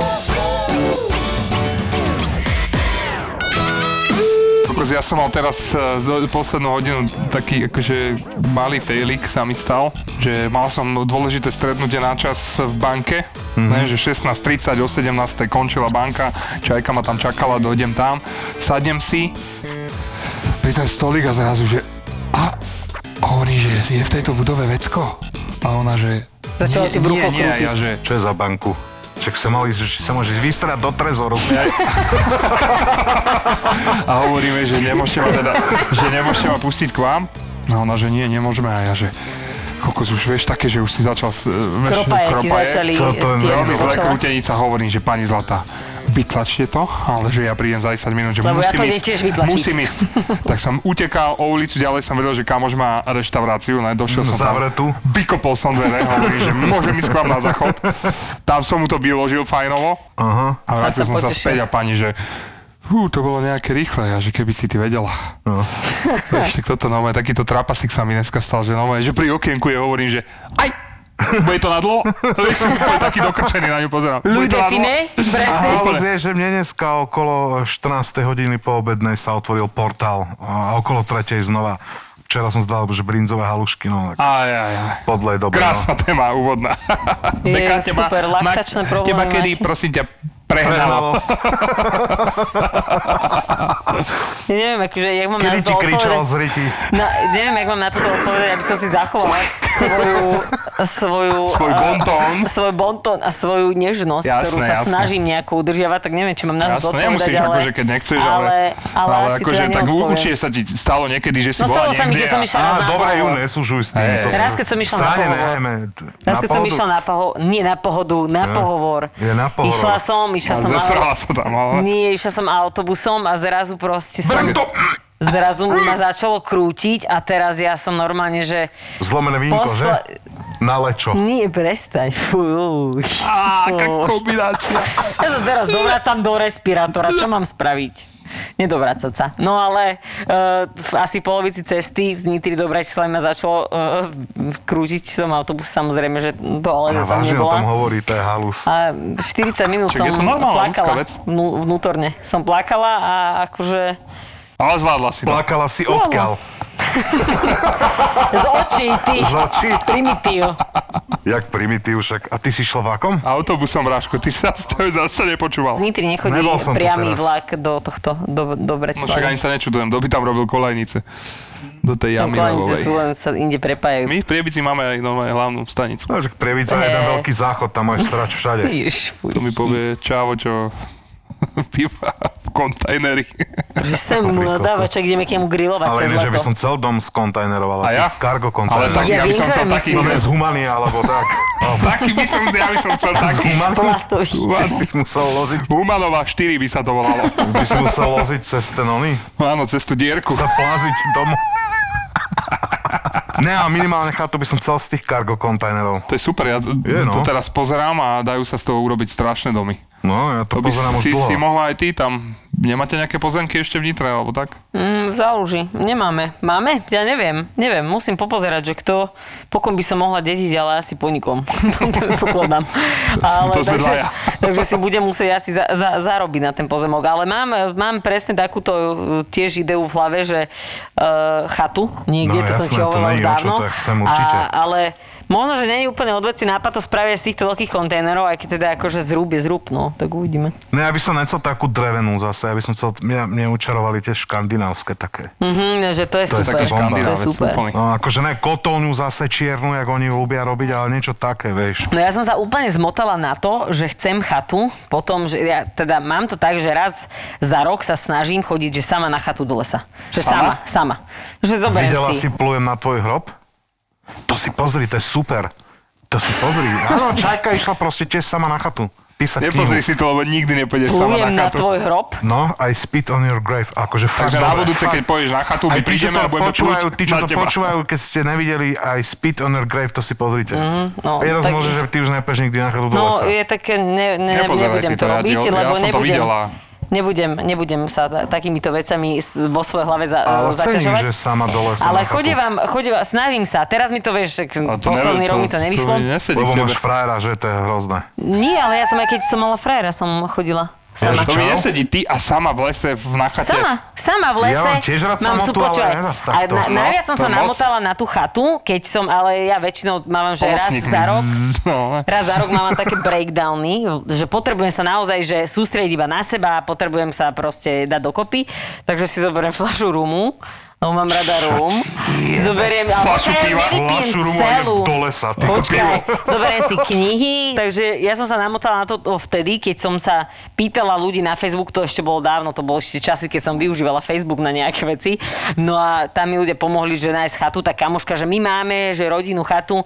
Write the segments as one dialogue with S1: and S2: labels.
S1: Proste Akože ja som mal teraz e, z- poslednú hodinu taký akože malý failik sa mi stal, že mal som dôležité stretnutie na čas v banke, ne, že 16.30, o 17.00 končila banka, čajka ma tam čakala, dojdem tam, sadnem si pri ten stolík a zrazu, že a hovorí, že je v tejto budove vecko a ona, že
S2: Začala ti brucho
S1: nie, nie, a ja,
S2: krútiť.
S1: že
S3: Čo je za banku? Však sa mali, že či sa môžeš vystrať do trezoru.
S1: a hovoríme, že nemôžete ma, teda, že nemôžete ma pustiť k vám. A ona, že nie, nemôžeme. A ja, že kokos, už vieš také, že už si začal... s- e, vieš,
S2: Kropaje ti začali.
S3: to- to je
S2: ti
S1: Veľmi zle
S2: začala-
S1: krútenica hovorím, že pani Zlatá, vytlačte to, ale že ja prídem za 10 minút, že
S2: Lebo ja
S1: musím
S2: to idem
S1: ísť.
S2: tiež vytlačiť.
S1: Musím ísť. tak som utekal o ulicu, ďalej som vedel, že kamož má reštauráciu, ne, došiel som tam.
S3: Mm, Zavretú.
S1: Vykopol som dvere, hovorí, že môžem ísť k vám na záchod. Tam som mu to vyložil fajnovo.
S3: Aha.
S1: A vrátil
S2: A sa
S1: som sa
S2: potešil.
S1: späť a pani, že hú, to bolo nejaké rýchle, a že keby si ty vedela.
S3: No.
S1: Vieš, tak toto nové, takýto trapasik sa mi dneska stal, že nové, že pri okienku je hovorím, že aj, bude to na dlho? Vieš, úplne taký dokrčený na ňu pozerám. Bude to na dlho?
S2: Ľudefine, presne.
S1: Aha.
S3: Halus je, že mne dneska okolo 14. hodiny po obednej sa otvoril portál a okolo 3. znova. Včera som zdal, že brinzové halušky, no tak
S1: Aj, aj, aj.
S3: podlej no. dobe.
S1: Krásna téma, úvodná.
S2: No. Je
S1: Beka, teba-
S2: super, laktačné
S1: Mak-
S2: problémy
S1: Teba kedy,
S2: máte.
S1: prosím ťa,
S3: No.
S1: prehnalo.
S3: Prehnalo.
S2: Ja Neviem, akože, jak mám
S3: Kedy
S2: na to
S3: ti kričal
S2: odpovedať.
S3: z riti?
S2: Na, neviem, jak mám na toto odpovedať, aby som si zachovala svoju, svoju,
S1: Svoj
S2: a-
S1: bontón.
S2: svoj bontón a svoju nežnosť,
S1: Jasné,
S2: ktorú sa
S1: jasné.
S2: snažím nejako udržiavať, tak neviem, či mám na to
S1: Jasné,
S2: odpovedať,
S1: nemusíš,
S2: ale,
S1: akože keď nechceš, ale,
S2: ale, ale asi
S1: akože,
S2: teda
S1: tak
S2: neodpoviem.
S1: určite sa ti stalo niekedy, že si
S2: No
S1: bola
S2: stalo sa mi,
S1: niekde
S2: keď som
S1: a-
S2: išla
S3: Á,
S2: raz na
S3: dobre, ju
S2: pohovor.
S3: nesúžuj s
S1: Hej.
S3: tým. to
S2: Raz,
S3: sa-
S2: keď som išla na
S3: Stráne
S2: pohovor.
S3: nehajme.
S2: Raz, keď som
S3: pohodu.
S2: išla na pohovor, nie na pohodu, na pohovor.
S3: Je na pohovor.
S2: Išla som, išla
S1: No,
S2: som,
S1: Zestrala sa tam, ale...
S2: nie, išla som autobusom a zrazu proste som,
S1: Brdo!
S2: zrazu ma začalo krútiť a teraz ja som normálne, že
S3: Zlomené vínko,
S2: Posla-
S3: že? Na lečo.
S2: nie, prestaň, fuj.
S1: Á, aká kombinácia.
S2: Ja sa teraz dovrácam do respirátora, čo mám spraviť? Nedovrácať sa. No ale uh, v asi polovici cesty z Nitry do Bratislavy ma začalo uh, krútiť v tom autobuse, samozrejme, že to
S3: A
S2: ale tam
S3: vážne o
S2: nebola.
S3: tom hovorí, to je halus.
S2: A 40 minút
S1: Čiže
S2: som
S1: je to normálna ľudská
S2: plakala.
S1: vec?
S2: Vnú, vnútorne som plakala a akože
S1: Ale zvládla si to.
S3: Plakala si odkiaľ.
S2: z očí ty
S3: Z očí.
S2: primitív.
S3: Jak primitív však. A ty si šla vlakom?
S1: Autobusom, Ráško, ty sa to zase
S2: V
S1: nepočúval.
S2: Nitri nechodí
S3: Nebol som tu
S2: priamy
S3: teraz.
S2: vlak do tohto, do, do
S1: No však ani
S2: Bratislavy.
S1: sa nečudujem, kto by tam robil kolajnice. Do tej jamy
S2: Klanice
S1: ľavovej.
S2: No, sú len sa inde prepájajú.
S1: My v Priebici máme aj normálne hlavnú stanicu.
S3: No, že Prievidza je jeden
S2: Hej.
S3: veľký záchod, tam máš srač všade.
S2: Ježiš, fuj.
S1: To mi povie Čavo, čo býva v kontajneri.
S2: Prestaň mu
S3: Dobrý
S2: nadávať, čak ideme k nemu grilovať
S3: Ale
S2: cez
S3: ináč, že by
S2: leto.
S3: som cel dom skontajneroval.
S1: A ja?
S3: Kargo
S1: Ale
S3: kontajner.
S1: tak No,
S2: Ja
S1: ja by som
S2: viem,
S1: chcel
S2: ktoré
S1: taký...
S3: No, ne, z humany, alebo tak. Alebo
S1: Taký by som, ja by som chcel
S3: z
S1: taký.
S3: humany?
S2: Plastový.
S3: By si musel loziť,
S1: Humanová 4 by sa to volalo.
S3: by si musel loziť cez ten oný,
S1: Áno, cez tú dierku.
S3: sa plaziť domov. Ne, a minimálne chatu by som cel z tých kargo kontajnerov.
S1: To je super, ja
S3: Je, no.
S1: to teraz pozerám a dajú sa z toho urobiť strašné domy.
S3: No, ja to,
S1: To by
S3: pozerám už
S1: si,
S3: dlho.
S1: si mohla aj ty tam. Nemáte nejaké pozemky ešte v Nitre, alebo tak?
S2: Mm, v záluži. Nemáme. Máme? Ja neviem. Neviem. Musím popozerať, že kto, po kom by som mohla dediť, ale asi po nikom. Pokladám.
S1: to sme
S2: takže,
S1: dvaja.
S2: takže si budem musieť asi za, za, zarobiť na ten pozemok. Ale mám, mám presne takúto uh, tiež ideu v hlave, že uh, chatu niekde,
S3: No,
S2: to som
S3: jasné, to
S2: ti hovorila
S3: není
S2: už
S3: o čo,
S2: dávno.
S3: to ja chcem určite.
S2: A, ale možno, že není úplne odveci nápad to spraviť z týchto veľkých kontajnerov, aj keď teda akože zrúb je zrúb, no, tak uvidíme.
S3: Ne, ja by som nechcel takú drevenú zase, ja by som chcel, mňa, mňa učarovali tie škandinávske také.
S2: Mhm, že to je
S3: To je
S2: super.
S1: Taký
S3: Bomba.
S1: škandinávec,
S2: To je super.
S1: úplný.
S3: No, akože ne kotolňu zase čiernu, jak oni ľubia robiť, ale niečo také, vieš.
S2: No ja som sa úplne zmotala na to, že chcem chatu, potom, že ja teda mám to tak, že raz za rok sa snažím chodiť, že sama na chatu do lesa. Že sama,
S1: Sama?
S2: sama. Že zoberiem
S3: Videla
S2: si.
S3: si plujem na tvoj hrob? To si pozri, to je super. To si pozri. Áno, čajka išla proste tiež sama na chatu. Písať
S1: Nepozri
S3: knihu.
S1: si to, lebo nikdy nepôjdeš sama
S2: Plujem
S1: na
S2: na
S1: chatu.
S2: tvoj hrob.
S3: No, aj spit on your grave. Akože fakt
S1: Takže na
S3: dobre,
S1: budúce,
S3: fakt.
S1: keď pôjdeš na chatu, my
S3: Aj tí, čo
S1: prídeme
S3: to
S1: a budeme
S3: počúvajú,
S1: plúť
S3: tí, čo
S1: na
S3: to
S1: teba.
S3: počúvajú, keď ste nevideli aj Spit on your grave, to si pozrite. Mm,
S2: no,
S3: Jeden tak...
S2: tak-
S3: môže, že ty už nepeš nikdy na chatu do
S2: No,
S3: lesa.
S2: je také, ne, ne,
S1: Nepozeraj
S2: nebudem
S1: si
S2: to
S1: to, ja ti-
S2: robiť,
S1: ja
S2: lebo
S1: som to
S2: nebudem,
S1: videla.
S2: nebudem, nebudem sa ta- takýmito vecami s- vo svojej hlave za,
S3: Ale cením,
S2: zaťažovať.
S3: že sama do lesa. na
S2: Ale
S3: chatu.
S2: chodím vám, chodím, snažím sa. Teraz mi to, vieš, že
S1: A to
S2: posledný
S1: neviem,
S2: rok mi to nevyšlo.
S1: mi nesedí
S3: Lebo
S1: k tebe.
S3: máš frajera, že to je hrozné.
S2: Nie, ale ja som, aj keď som mala frajera, som chodila sama.
S3: Ježiš,
S1: To mi
S3: Čau.
S1: nesedí ty a sama v lese v na chate.
S2: Sama, sama v lese.
S3: Ja mám tiež rád
S2: mám
S3: samotu,
S2: sú- počúvaj,
S3: ale nezas
S2: a
S3: takto.
S2: na,
S3: No,
S2: najviac som
S1: to
S2: sa
S1: je moc.
S2: namotala na tú chatu, keď som, ale ja väčšinou mám, že raz
S1: Pomocník mi
S2: za rok.
S1: z- No,
S2: Raz za rok mám také breakdowny, že potrebujem sa naozaj že sústrediť iba na seba a potrebujem sa proste dať dokopy. Takže si zoberiem fľašu rumu, lebo mám rada rum. Zoberiem... alebo
S1: Fľašu
S2: ja ju
S1: piva,
S2: nevypijem
S3: fľašu rumu a idem
S2: celú.
S3: do lesa, ty
S2: Počkaj, zoberiem si knihy. Takže ja som sa namotala na to to vtedy, keď som sa pýtala ľudí na Facebook, to ešte bolo dávno, to bolo ešte časy, keď som využívala Facebook na nejaké veci. No a tam mi ľudia pomohli, že nájsť chatu, tá kamoška, že my máme, že rodinu, chatu.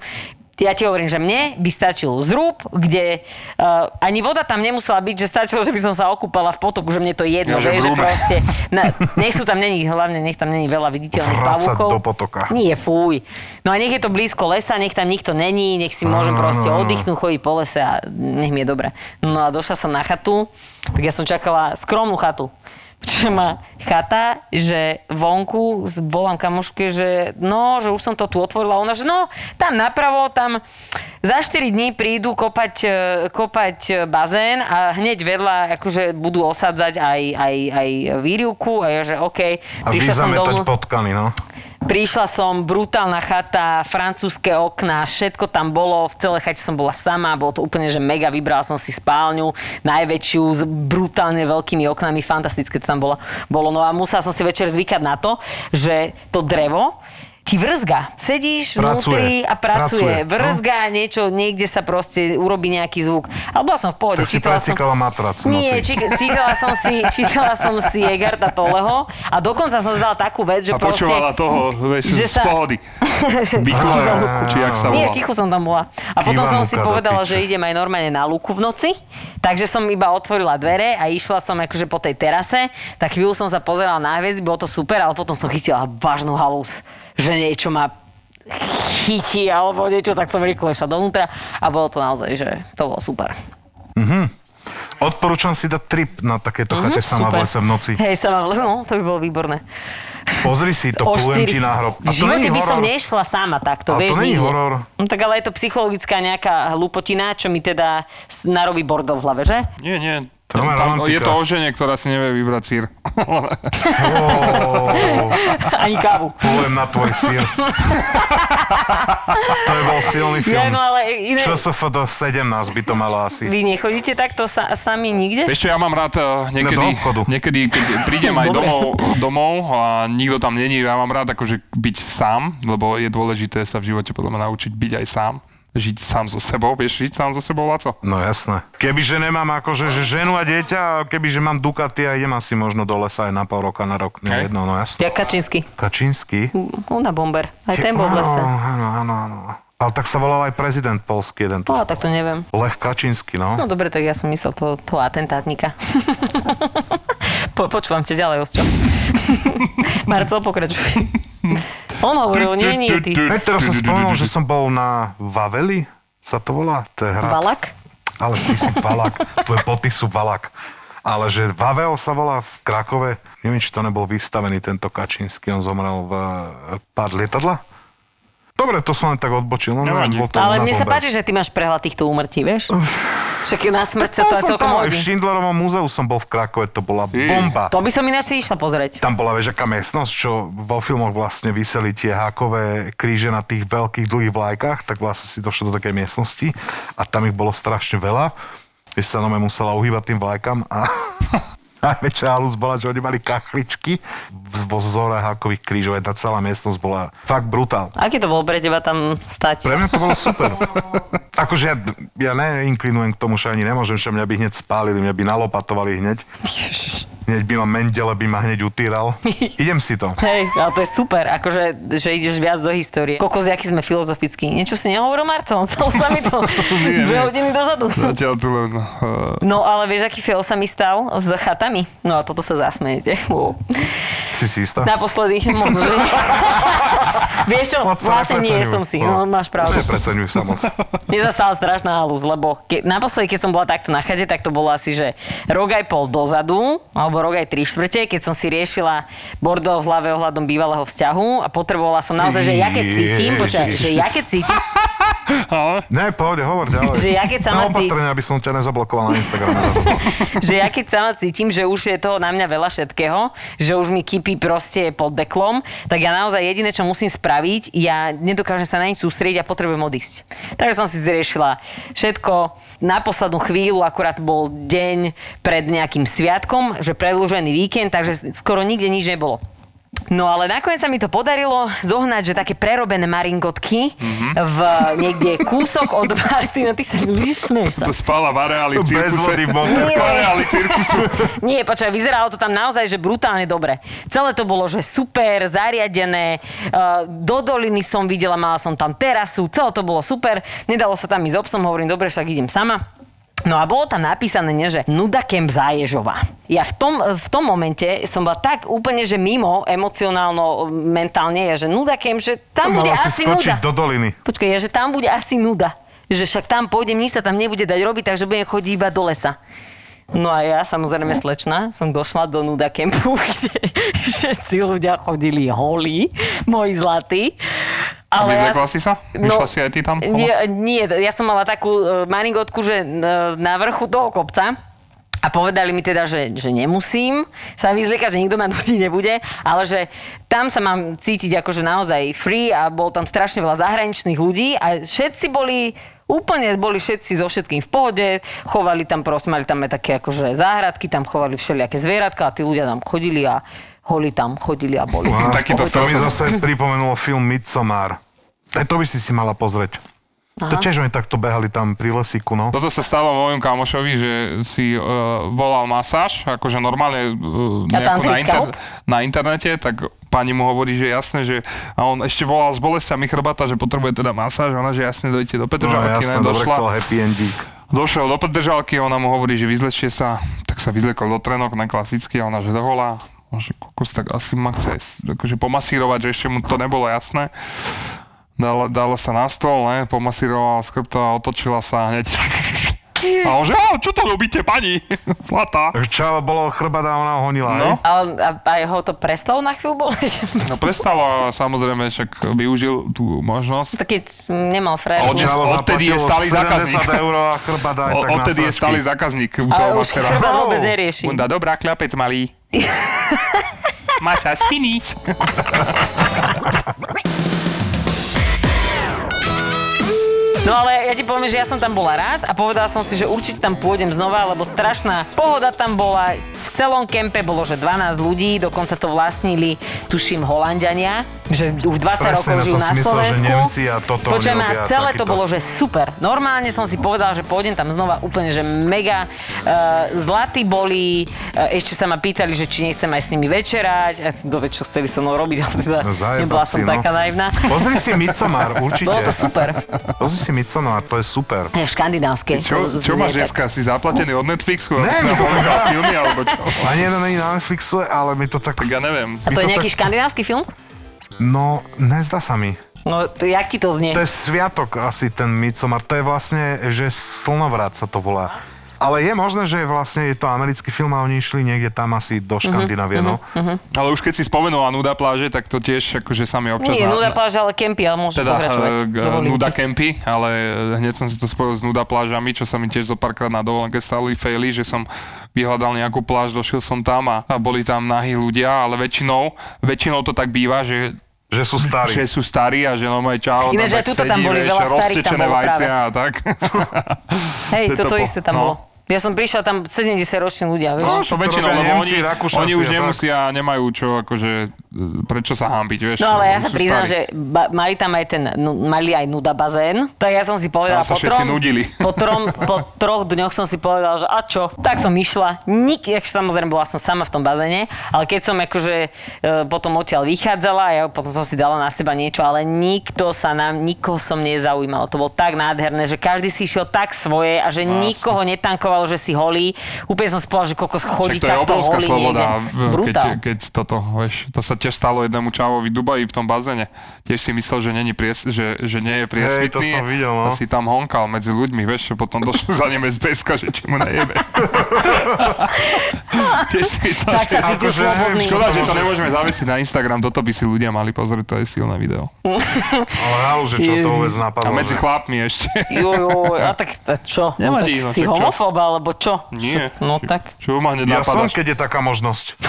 S2: Ja ti hovorím, že mne by stačil zrúb, kde uh, ani voda tam nemusela byť, že stačilo, že by som sa okúpala v potoku, že mne to je
S1: Ja,
S2: jedno,
S1: že v
S2: že, že
S1: rúme.
S2: proste, na, nech sú tam není, hlavne nech tam není veľa viditeľných
S3: Vrácať
S2: pavúkov.
S3: do potoka.
S2: Nie, fuj. No a nech je to blízko lesa, nech tam nikto není, nech si môžem
S3: Áno,
S2: proste
S3: áno, áno.
S2: oddychnúť, chodiť po lese a nech mi je dobre. No a došla som na chatu, tak ja som čakala skromnú chatu. Čo má chata, že vonku s- volám kamoške, že no, že už som to tu otvorila. Ona, že no, tam napravo, tam za 4 dní prídu kopať, e, kopať e, bazén a hneď vedľa akože budú osadzať aj, aj, aj výrivku a ja, že OK.
S3: A vy zametať potkany, no.
S2: Prišla som, brutálna chata, francúzske okná, všetko tam bolo, v celé chate som bola sama, bolo to úplne, že mega, vybrala som si spálňu, najväčšiu, s brutálne veľkými oknami, fantastické to tam bolo. bolo. No a musela som si večer zvykať na to, že to drevo ti vrzga. Sedíš
S3: Pracuje.
S2: vnútri a pracuje.
S3: Pracuje, no.
S2: Vrzga niečo, niekde sa proste urobí nejaký zvuk. Ale bola som v pohode,
S3: Tak si
S2: čítala som...
S3: precikala matrac v
S2: Nie,
S3: noci.
S2: či, čítala som si, čítala som si Egarta Toleho a dokonca som zdala takú vec, že
S1: a
S2: proste...
S1: počúvala toho, vieš,
S2: Že
S1: z
S2: sa-
S1: pohody. Bikla, či jak sa volá.
S2: Nie, ticho som tam bola. A potom som
S3: Kivanuka
S2: si
S3: do
S2: povedala,
S3: piče.
S2: že idem aj normálne na lúku v noci, takže som iba otvorila dvere a išla som akože po tej terase, tak chvíľu som sa pozerala na hviezdy, bolo to super, ale potom som chytila vážnu halus, že niečo ma chytí alebo niečo, tak som rýchlo išla dovnútra a bolo to naozaj, že to bolo super.
S3: Odporúčam si dať trip na takéto chate sama v
S2: Mhm, super.
S3: lese v noci.
S2: Hej, sa vám, no, to by bolo výborné.
S3: Pozri si to,
S2: O
S3: plujem ti
S2: štyri.
S3: na hrob.
S2: V živote by som
S3: horor.
S2: nešla sama takto,
S3: Ale to
S2: vieš,
S3: není
S2: nikde.
S3: horor.
S2: No tak ale je to psychologická nejaká hlupotina, čo mi teda s- narobí bordel v hlave, že?
S1: Nie, nie.
S3: To je
S1: Tam,
S3: romantika.
S1: je to o žene, ktorá si nevie vybrať sír.
S3: Ó,
S2: Ani kávu.
S3: Plujem na tvoj sír. to je bol silný
S2: Ja,
S3: film.
S2: no ale iné...
S3: Čo sa do 17 by to malo asi.
S2: Vy nechodíte takto sa, sami nikde?
S1: Vieš čo, ja mám rád eh, niekedy,
S3: No, do obchodu.
S1: niekedy keď prídem aj
S2: Dobre.
S1: domov, domov a nikto tam není, ja mám rád akože byť sám, lebo je dôležité sa v živote potom naučiť byť aj sám. Žiť sám so sebou, vieš, žiť sám so sebou, Laco?
S3: No jasné. Kebyže nemám akože že ženu a dieťa, a kebyže mám Ducati a idem asi možno do lesa aj na pol roka, na rok, nie
S1: Hej.
S3: jedno, no jasné.
S2: Ja Kačinsky.
S3: Kačínsky.
S2: On na bomber. Aj ten bol v lese.
S3: Áno, áno, áno, áno. Ale tak sa volal aj prezident polský jeden tu.
S2: No, tak to neviem.
S3: Lech Kačínsky,
S2: No
S3: no.
S2: dobre, tak ja som myslel toho, toho atentátnika. po, počúvam ťa ďalej, Osťo. Marcel, pokračuj. On hovoril, nie, nie, ty.
S3: Hej, teraz som spomenul, že som bol na Vaveli, sa to volá? To je hrad.
S2: Valak?
S3: Ale ty si Valak, tvoje boty sú Valak. Ale že Vavel sa volá v Krakove, neviem, či to nebol vystavený tento Kačínsky, on zomrel v e, pád lietadla. Dobre, to som len tak odbočil. No,
S1: Nevadí.
S3: bol to
S2: Ale
S3: na
S2: mne sa
S3: bombe.
S2: páči, že ty máš prehľad týchto úmrtí, vieš? Však na smrť sa to
S3: Bol
S2: aj
S3: som
S2: celkom
S3: tam, aj v
S2: hodí.
S3: Schindlerovom múzeu som bol v Krakove, to bola bomba.
S2: To by som ináč si išla pozrieť.
S3: Tam bola vieš, aká miestnosť, čo vo filmoch vlastne vyseli tie hákové kríže na tých veľkých dlhých vlajkách, tak vlastne si došlo do takej miestnosti a tam ich bolo strašne veľa. Vieš, sa nome musela uhýbať tým vlajkám a najväčšia halus bola, že oni mali kachličky v- vo vzore hákových krížov. Jedna celá miestnosť bola fakt brutál.
S2: Aký to bolo pre teba tam stať?
S3: Pre mňa to bolo super. Akože ja, ja neinklinujem k tomu, že ani nemôžem, že mňa by hneď spálili, mňa by nalopatovali hneď. Hneď by ma Mendele by ma hneď utíral. Idem si to.
S2: Hej, ale to je super, akože, že ideš viac do histórie. Kokos, jaký sme filozofickí. Niečo si nehovoril Marcel, stalo sa mi to
S1: Nie,
S2: dve
S1: nie.
S2: hodiny dozadu.
S1: Zatiaľ tu len...
S3: eh,
S1: Uh,
S2: No ale vieš, aký fail sa mi stal s chatami? No a toto sa zasmejete. Wow.
S3: Si si istá?
S2: Naposledy, možno, že nie. Vieš čo,
S3: Moc sa
S2: vlastne nie
S3: nepreceňuj.
S2: som si, no máš pravdu.
S3: Nepreceňuj sa moc.
S2: Mne sa stala strašná halúz, lebo ke, naposledy, keď som bola takto na chate, tak to bolo asi, že rok aj pol dozadu, alebo rok aj tri štvrte, keď som si riešila bordel v hlave ohľadom bývalého vzťahu a potrebovala som naozaj, že ja keď cítim, počkaj, že ja keď cítim,
S3: Ne, pohode, hovor ďalej.
S2: Že ja keď sama
S3: Na opatrne, aby som ťa nezablokoval na Instagrame. za to.
S2: že ja keď sama cítim, že už je toho na mňa veľa všetkého, že už mi kypí proste pod deklom, tak ja naozaj jediné, čo musím spraviť, ja nedokážem sa na nič sústrediť a potrebujem odísť. Takže som si zriešila všetko na poslednú chvíľu, akurát bol deň pred nejakým sviatkom, že predlžený víkend, takže skoro nikde nič nebolo. No ale nakoniec sa mi to podarilo zohnať, že také prerobené maringotky v niekde kúsok od Martina. Ty sa vidíš, smieš sa.
S1: to spala v areáli
S3: Bez vody
S1: cirkuse.
S3: v mokré.
S1: V areáli cirkusu.
S2: Nie, počkaj, vyzeralo to tam naozaj, že brutálne dobre. Celé to bolo, že super, zariadené, eh, do doliny som videla, mala som tam terasu, celé to bolo super, nedalo sa tam ísť s obsom, hovorím, dobre, však idem sama. No a bolo tam napísané, nie, že Nuda Kemp Záježová. Ja v tom, v tom momente som bola tak úplne, že mimo emocionálno, mentálne, ja, že Nuda Kemp, že tam bude
S3: Mala si
S2: asi
S3: skočiť
S2: nuda.
S3: do doliny.
S2: Počkaj, ja, že tam bude asi nuda. Že však tam pôjdem, nič sa tam nebude dať robiť, takže budem chodiť iba do lesa. No a ja, samozrejme slečna, som došla do nuda kempu, kde všetci ľudia chodili holí, moji zlatí.
S1: Ale
S2: ja- no,
S1: Vyzlekla si sa? Vyšla si aj ty tam? Polo?
S2: Nie, nie, ja som mala takú e, maringotku, že e, na vrchu toho kopca a povedali mi teda, že, že nemusím sa vyzliekať, že nikto ma nutiť nebude, ale že tam sa mám cítiť akože naozaj free a bol tam strašne veľa zahraničných ľudí a všetci boli úplne boli všetci so všetkým v pohode, chovali tam proste, mali tam aj také akože záhradky, tam chovali všelijaké zvieratka a tí ľudia tam chodili a holi tam chodili a boli.
S3: Á,
S1: Takýto
S3: to mi
S1: film.
S3: zase pripomenulo film Midsommar. Aj to by si si mala pozrieť. To tiež oni takto behali tam pri lesíku, no.
S1: Toto sa stalo mojom kamošovi, že si uh, volal masáž, akože normálne uh, nejako
S2: A
S1: na,
S2: tantrická
S1: inter-
S2: hub?
S1: na internete, tak pani mu hovorí, že jasné, že a on ešte volal s bolestiami chrbata, že potrebuje teda masáž, ona, že jasne dojdete do
S3: No
S1: Petržalky,
S3: jasné,
S1: ne,
S3: dobre
S1: došla,
S3: chcel happy endík.
S1: došiel do Petržalky, ona mu hovorí, že vyzlečte sa, tak sa vyzlekol do trenok, na klasický, a ona, že dovolá, On, že kokos, tak asi ma chce akože pomasírovať, že ešte mu to nebolo jasné. Dala, dala sa na stôl, ne, pomasírovala skrbta, otočila sa a hneď a on že, "Á, čo to robíte, pani? Zlatá.
S3: Takže čava bolo chrbát a ona ho honila,
S1: No.
S3: no.
S2: A, on- a, a jeho to prestalo na chvíľu bolo?
S1: No prestalo, samozrejme, však využil tú možnosť.
S2: Tak keď
S1: A
S2: nemal frajerku.
S1: odnes- odtedy je stály zákazník.
S3: eur a chrbát aj
S1: O,
S3: tak
S1: odtedy
S3: na
S1: je stály zákazník u toho
S2: Ale už
S1: mastera.
S2: chrba vôbec nerieši.
S1: Bunda, dobrá, kľapec malý. Máš sa finish.
S2: No ale ja ti poviem, že ja som tam bola raz a povedala som si, že určite tam pôjdem znova, lebo strašná pohoda tam bola. V celom kempe bolo, že 12 ľudí, dokonca to vlastnili, tuším, Holandiania, že už 20
S3: Presne,
S2: rokov
S3: na to
S2: žijú na
S3: si myslel, že
S2: Slovensku.
S3: Nemci a toto oni
S2: Počujem,
S3: robia
S2: a celé to
S3: takýto.
S2: bolo, že super. Normálne som si povedala, že pôjdem tam znova úplne, že mega uh, zlatí boli, uh, ešte sa ma pýtali, že či nechcem aj s nimi večerať, a doved, čo chceli so mnou robiť, ale teda
S3: No zajebať
S2: nebola som
S3: si, no.
S2: taká naivná.
S3: Pozri si Midsommar, určite.
S2: Bolo No, to super.
S3: Pozri si Midsommar, to je super.
S2: Eh, Škandinávske.
S1: Čo, čo máš dneska? Si zaplatený od Netflixu? Ne,
S3: Ne,
S1: si
S3: my
S1: nám
S3: to-
S1: pozeral filmy, alebo čo?
S3: Ani jeden není na Netflixe, ale mi to tak...
S1: Tak ja neviem.
S2: A to
S3: My
S2: je
S3: to
S2: nejaký
S3: tak-
S2: škandinávsky film?
S3: No, nezdá sa mi.
S2: No, to, jak ti to znie?
S3: To je sviatok asi ten Midsommar. To je vlastne, že slnovrat sa to volá. Ale je možné, že vlastne je to americký film a oni išli niekde tam asi do Škandinávie, no.
S1: Ale už keď si spomenula Nuda pláže, tak to tiež akože sa mi občas...
S2: Nie,
S1: na-
S2: nuda pláž, ale kempy, ale môžeš
S1: teda
S2: pokračovať.
S1: eh, k-
S2: Dovolím
S1: nuda
S2: ti.
S1: kempy, ale eh, hneď som si to spojil s nuda plážami, čo sa mi tiež zo párkrát na dovolenke stali faily, že som vyhľadal nejakú pláž, došiel som tam a, a boli tam nahí ľudia, ale väčšinou, väčšinou to tak býva, že
S3: Že sú starí.
S1: že sú starí a že no, normálne čau,
S2: Ináč aj
S1: tak
S2: tuto tam
S1: sedí,
S2: boli,
S1: vieš,
S2: veľa starých tam
S1: roztečené
S2: bolo
S1: vajcia a tak.
S2: Hej,
S1: to je
S2: toto
S1: to po-
S2: isté tam
S1: no.
S2: bolo. Ja som prišla tam 70 roční ľudia,
S1: No,
S2: vieš.
S3: čo
S1: to väčšinou,
S3: robia
S1: lebo
S3: Nemci,
S1: oni,
S3: Rakúšanci
S1: oni už
S3: a tak.
S1: nemusia, nemajú čo akože prečo sa hámbiť, vieš?
S2: No ale ja
S1: Oni
S2: sa
S1: sú
S2: priznám,
S1: starí.
S2: že ba- mali tam aj ten, nu- mali aj nuda bazén, tak ja som si povedala
S1: Tam sa
S2: po
S1: všetci
S2: trom,
S1: nudili.
S2: po, trom, po troch dňoch som si povedala, že a čo, tak som išla, nik, jak samozrejme bola som sama v tom bazéne, ale keď som akože e, potom odtiaľ vychádzala, ja potom som si dala na seba niečo, ale nikto sa nám, nikoho som nezaujímalo, to bolo tak nádherné, že každý si išiel tak svoje a
S1: No,
S2: že nikoho netankovalo, že si holý, úplne som si povedala, že koľko
S1: Však
S2: chodí
S1: to je
S2: takto
S1: obrovská
S2: holý niekde,
S1: sloboda, v- keď,
S2: brutál.
S1: keď toto, vieš, to sa tiež stalo jednému čávovi Dubaji v tom bazéne. Tiež si myslel, že, není pries, že, že nie je priesvitný.
S3: to som videl, no.
S1: A si tam honkal medzi ľuďmi, vieš, že potom došiel za ním SBSka, že či mu nejebe. tiež si myslel, že...
S2: Tak sa cítim
S3: Akože,
S2: slobodný.
S1: Škoda, že to nemôžeme zavesiť na Instagram, toto by si ľudia mali pozrieť, to je silné video.
S3: Ale halu, že čo to vôbec napadlo.
S1: A medzi
S3: že-
S1: chlapmi ešte.
S2: Joj, joj, a tak a čo? No, tak
S1: Nevadí, no
S2: si
S1: čo, čo?
S2: homofób, alebo čo?
S1: Nie.
S2: No tak.
S1: Čo ma hneď
S3: Ja som,
S1: napadaš?
S3: keď je taká možnosť.